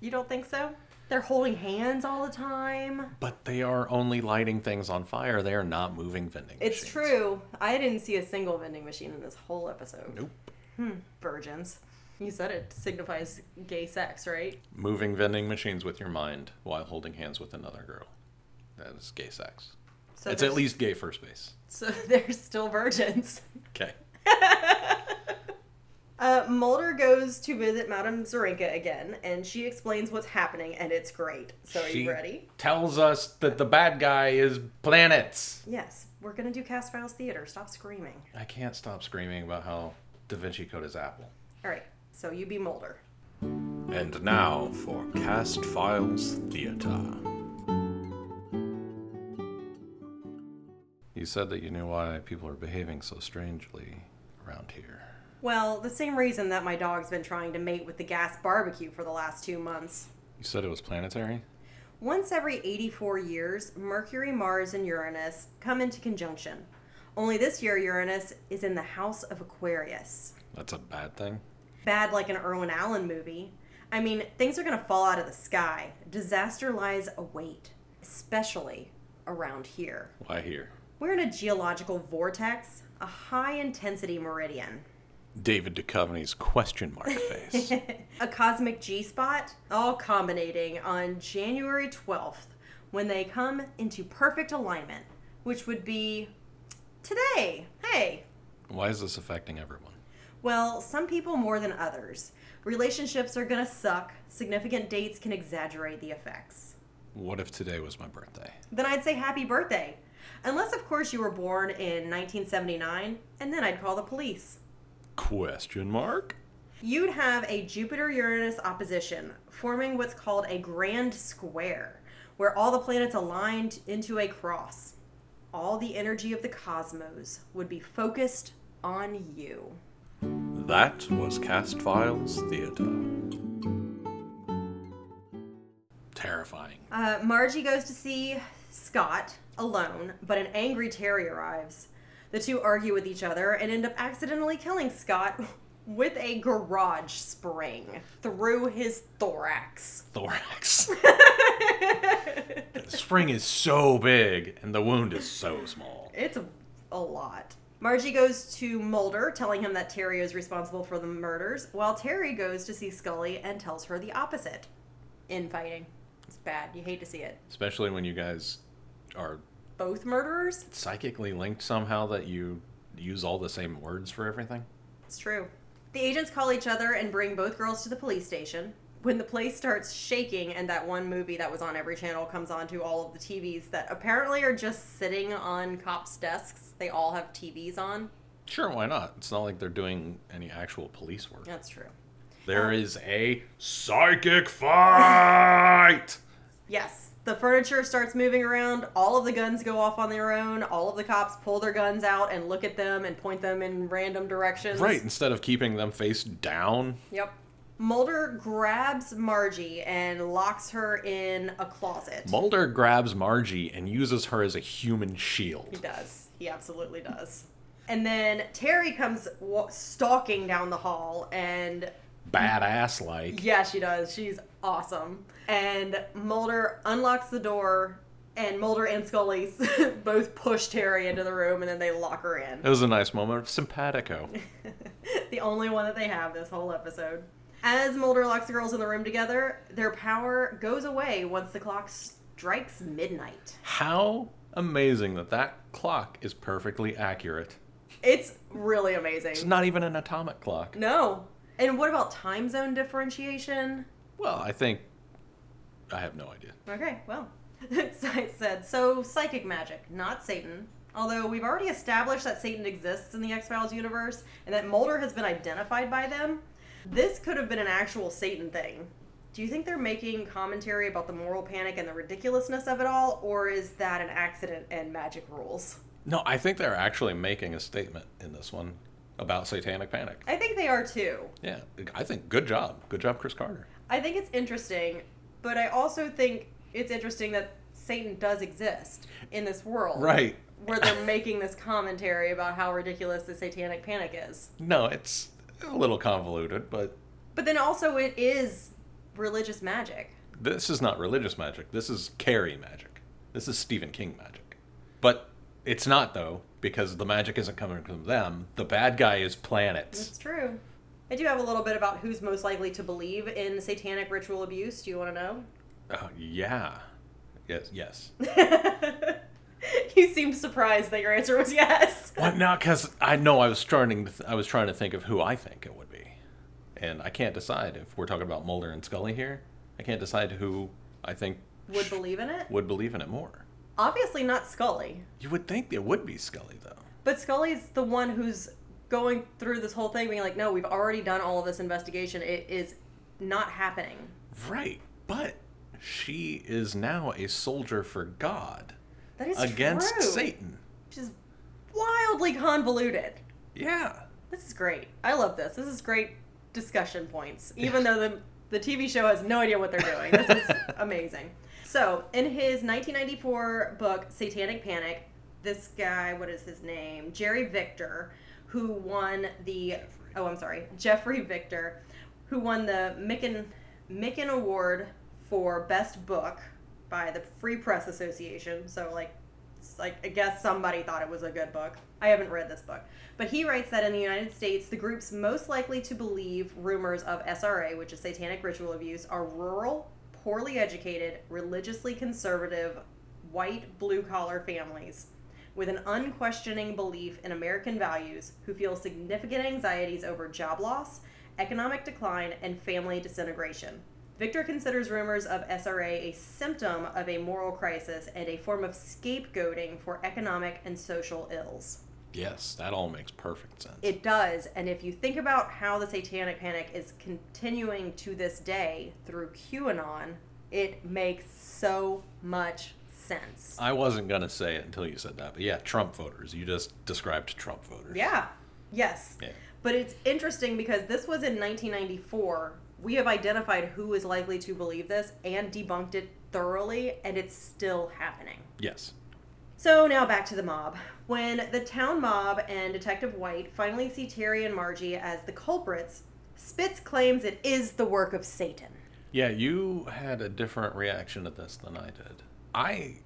You don't think so? They're holding hands all the time.
But they are only lighting things on fire. They are not moving vending
It's
machines.
true. I didn't see a single vending machine in this whole episode. Hmm.
Nope.
Virgins. You said it signifies gay sex, right?
Moving vending machines with your mind while holding hands with another girl. That is gay sex.
So
it's
they're-
at least gay first base.
so they're still virgins.
Okay.
Uh, Mulder goes to visit Madame Zorinka again, and she explains what's happening, and it's great. So are
She
you ready?
Tells us that the bad guy is planets.
Yes, we're gonna do cast files theater. Stop screaming.
I can't stop screaming about how Da Vinci Code is Apple.
All right. So you be Mulder.
And now for Cast Files Theater. You You said that you knew why people are behaving so strangely around here.
Well, the same reason that my dog's been trying to mate with the gas barbecue for the last two months.
You said it was planetary?
Once every 84 years, Mercury, Mars, and Uranus come into conjunction. Only this year, Uranus is in the house of Aquarius.
That's a bad thing?
Bad like an Irwin Allen movie. I mean, things are going to fall out of the sky. Disaster lies await, especially around here.
Why here?
We're in a geological vortex, a high intensity meridian.
David Duchovny's question mark face.
a cosmic G spot, all combinating on January 12th when they come into perfect alignment, which would be today. Hey,
Why is this affecting everyone?
well, some people more than others. Relationships are gonna suck, significant dates can exaggerate the effects.
What if today was my birthday?
Then I'd say happy birthday. Unless, of course, you were born in 1979, and then I'd call the police.
Question mark?
You'd have a Jupiter Uranus opposition, forming what's called a grand square, where all the planets aligned into a cross. All the energy of the cosmos would be focused on you.
That was Cast Files Theater. Terrifying.
Uh, Margie goes to see Scott alone, but an angry Terry arrives. The two argue with each other and end up accidentally killing Scott with a garage spring through his thorax.
Thorax. the spring is so big and the wound is so small.
It's a, a lot. Margie goes to Mulder, telling him that Terry is responsible for the murders, while Terry goes to see Scully and tells her the opposite. Infighting. It's bad. You hate to see it.
Especially when you guys are
Both murderers?
psychically linked somehow that you use all the same words for everything.
It's true. The agents call each other and bring both girls to the police station. When the place starts shaking and that one movie that was on every channel comes onto all of the TVs that apparently are just sitting on cops' desks, they all have TVs on.
Sure, why not? It's not like they're doing any actual police work.
That's true.
There is a psychic fight.
Yes. The furniture starts moving around. All of the guns go off on their own. All of the cops pull their guns out and look at them and point them in random directions.
right, instead of keeping them face down.
Yep. Mulder grabs Margie and locks her in a closet.
Mulder grabs Margie and uses her as a human
he
shield.
does. He absolutely does. And then Terry comes wa- stalking down the hall and
Badass like.
Yeah, she does. She's awesome. And Mulder unlocks the door, and Mulder and Scully both push Terry into the room, and then they lock her in.
It was a nice moment of simpatico.
the only one that they have this whole episode. As Mulder locks the girls in the room together, their power goes away once the clock strikes midnight.
How amazing that that clock is perfectly accurate.
It's really amazing.
It's not even an atomic clock.
No. And what about time zone differentiation?
Well, I think I have no idea.
Okay, well, so I said so. Psychic magic, not Satan. Although we've already established that Satan exists in the X Files universe and that Mulder has been identified by them, this could have been an actual Satan thing. Do you think they're making commentary about the moral panic and the ridiculousness of it all, or is that an accident and magic rules?
No, I think they're actually making a statement in this one about satanic panic.
I think they are too.
Yeah, I think good job. Good job, Chris Carter.
I think it's interesting, but I also think it's interesting that Satan does exist in this world.
Right.
where they're making this commentary about how ridiculous the satanic panic is.
No, it's a little convoluted, but
But then also it is religious magic.
this is not religious magic. This is Carrie magic. This is Stephen King magic. But it's not, though, because the magic isn't coming from them. The bad guy is planets.
That's true. I do have a little bit about who's most likely to believe in satanic ritual abuse. Do you want to know?
Oh, yeah. Yes, yes.
you seem surprised that your answer was yes.
What not? Because I know I was starting. To th- I was trying to think of who I think it would be, and I can't decide if we're talking about Mulder and Scully here. I can't decide who I think
Would
sh-
believe in it?
would believe in it more.
Obviously not Scully.
You would think it would be Scully though.
But Scully's the one who's going through this whole thing being like, no, we've already done all of this investigation. It is not happening.
Right, but she is now a soldier for God
That is
against
true.
Satan.
which is wildly convoluted.
Yeah.
This is great. I love this. This is great discussion points, even though the, the TV show has no idea what they're doing. This is amazing. So, in his 1994 book, Satanic Panic, this guy, what is his name? Jerry Victor, who won the. Oh, I'm sorry. Jeffrey Victor, who won the Micken, Micken Award for Best Book by the Free Press Association. So, like, it's like I guess somebody thought it was a good book. I haven't read this book, but he writes that in the United States, the groups most likely to believe rumors of SRA, which is satanic ritual abuse, are rural, poorly educated, religiously conservative, white blue collar families with an unquestioning belief in American values who feel significant anxieties over job loss, economic decline, and family disintegration. Victor considers rumors of SRA a symptom of a moral crisis and a form of scapegoating for economic and social ills.
Yes, that all makes perfect sense.
It does, and if you think about how the Satanic Panic is continuing to this day through QAnon, it makes so much sense.
I wasn't going to say it until you said that, but yeah, Trump voters. You just described Trump voters.
Yeah. Yes.
Yeah.
But it's interesting because this was in 1994. We have identified who is likely to believe this and debunked it thoroughly, and it's still happening.
Yes.
So now back to the mob. When the town mob and Detective White finally see Terry and Margie as the culprits, Spitz claims it is the work of Satan.
Yeah, you had a different reaction to this than I did. I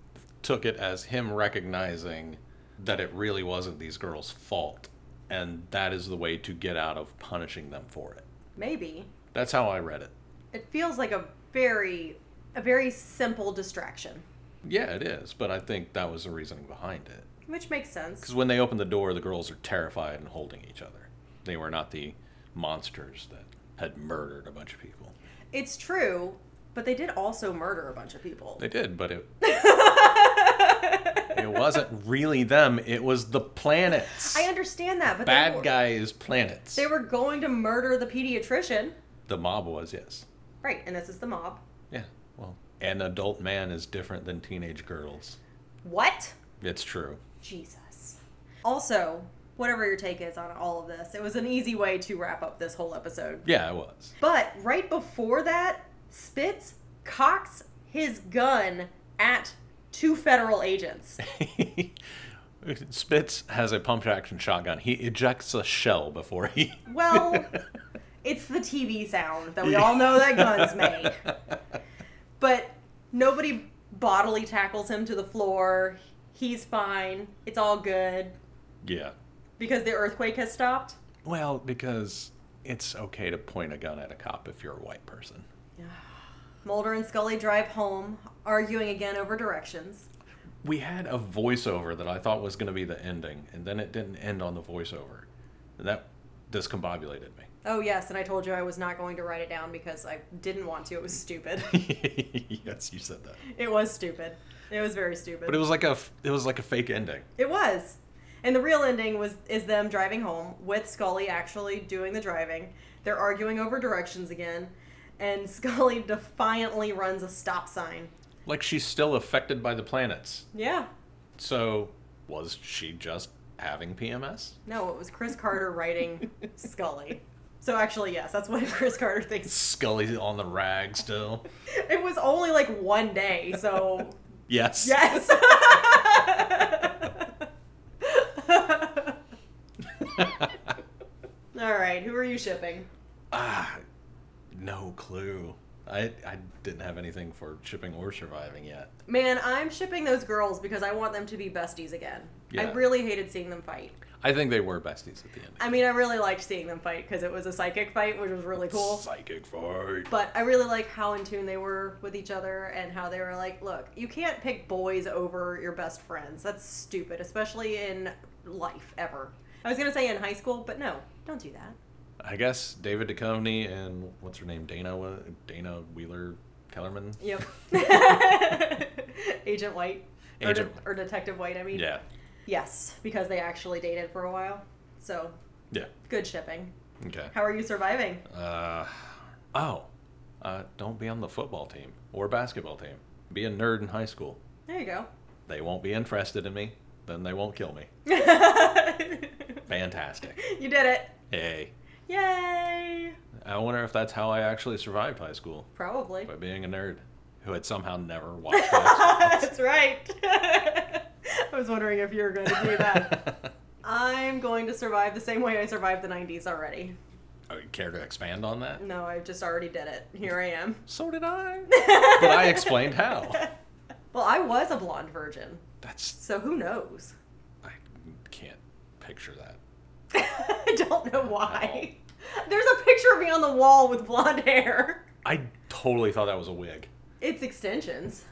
took it as him recognizing that it really wasn't these girls' fault, and that is the way to get out of punishing them for it.
Maybe.
That's how I read it.
It feels like a very a very simple distraction,
Yeah, it is, but I think that was the reasoning behind it.
which makes
Because
sense.
when they open the door, the girls are terrified and holding each other. They were not the monsters that had murdered a bunch of people.
It's true, but they did also murder a bunch of people.
They did, but it. it wasn't really them, it was the planets.
I understand that, but they were,
Bad guys, planets.
they were going to murder the pediatrician.
The mob was, yes.
Right, and this is the mob.
Yeah, well, an adult man is different than teenage girls.
What?
It's true.
Jesus. Also, whatever your take is on all of this, it was an easy way to wrap up this whole episode.
Yeah, it was.
But right before that, Spitz cocks his gun at two federal agents.
Spitz has a pump action shotgun. He ejects a shell before he.
Well, it's the TV sound that we all know that guns make. But nobody bodily tackles him to the floor. He's fine. It's all good
Yeah.
because the earthquake has stopped.
Well, because it's okay to point a gun at a cop if you're a white person.
Mulder and Scully drive home, arguing again over directions.
We had a voiceover that I thought was going to be the ending, and then it didn't end on the voiceover. And that discombobulated
Oh, yes, and I told you I was not going to write it down because I didn't want to. It was stupid.
me. yes, you said that.
it was stupid. It was very stupid.
But it was like a f- it was like a fake ending.
It was. And the real ending was is them driving home with Scully actually doing the driving. They're arguing over directions again, and Scully defiantly runs a stop sign.
Like she's still affected by the planets.
Yeah.
So was she just having PMS?
No, it was Chris Carter writing Scully. So actually, yes, that's what Chris Carter thinks.
Scully on the rag still.
It was only like one day, so
Yes.
yes. All right, who are you shipping?
ah, no clue. I I didn't have anything for shipping or surviving yet.
Man, I'm shipping those girls because I want them to be besties again. I
Yeah.
really hated seeing them fight.
I think they were besties at the end.
I mean, I really liked seeing them fight because it was a psychic fight, which was really cool.
Psychic fight.
But I really like how in tune they were with each other and how they were like, look, you can't pick boys over your best friends. That's stupid, especially in life ever. I was going to say in high school, but no, don't do that.
I guess David Duchovny and what's her name Dana Wa- Dana Wheeler Kellerman.
Yep. Agent White. Or,
Agent
or Detective White, I mean.
Yeah.
Yes, because they actually dated for a while. So,
Yeah.
good shipping.
Okay.
How are you surviving?
Uh, oh, uh, don't be on the football team or basketball team. Be a nerd in high school.
There you go.
They won't be interested in me. Then they won't kill me.
you
Fantastic.
did it.
Hey.
Yay!
I wonder if that's how I actually survived high school
Probably.
by being a nerd who had somehow never watched high
That's right. I was wondering if you were going to do
school.
that. I'm going to survive the same way I survived the 90s already.
Uh, Care to expand on that?
No, I just already did it. Here I am.
So did I. But I explained how.
Well, I was a blonde virgin,
That's
so who knows?
I can't picture that.
I don't know why. There's a picture of me on the wall with blonde hair.
I totally thought that was a wig.
It's extensions,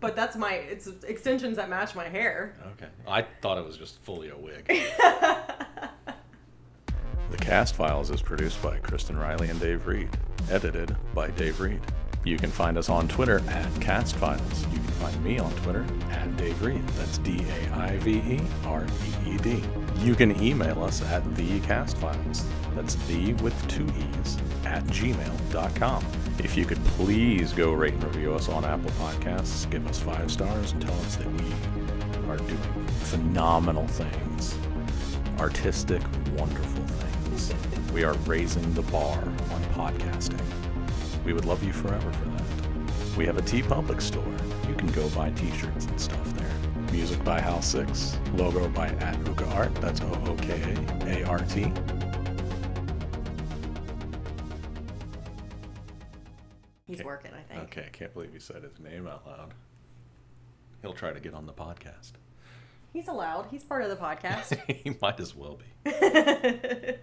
but that's my it's extensions that match my hair.
Okay. I thought it was just fully a wig. the Cast Files is produced by Kristen Riley and Dave Reed, edited by Dave Reed. You can find us on Twitter at Cast Files. You can find me on Twitter at Dave Reed. That's D A I V E R E E D. You can email us at thecastfiles. That's the with two E's at gmail.com. If you could please go rate and review us on Apple Podcasts, give us five stars, and tell us that we are doing phenomenal things, artistic, wonderful things. we are raising the bar on podcasting. We would love you forever for that. We have a T Public store. You can go buy t shirts and stuff there. Music by Hal Six, logo by at Uka Art, that's O O K A A R T.
He's
Okay.
working, I think.
Okay, I can't believe you said his name out loud. He'll try to get on the podcast.
He's allowed. He's part of the podcast.
he might as well be.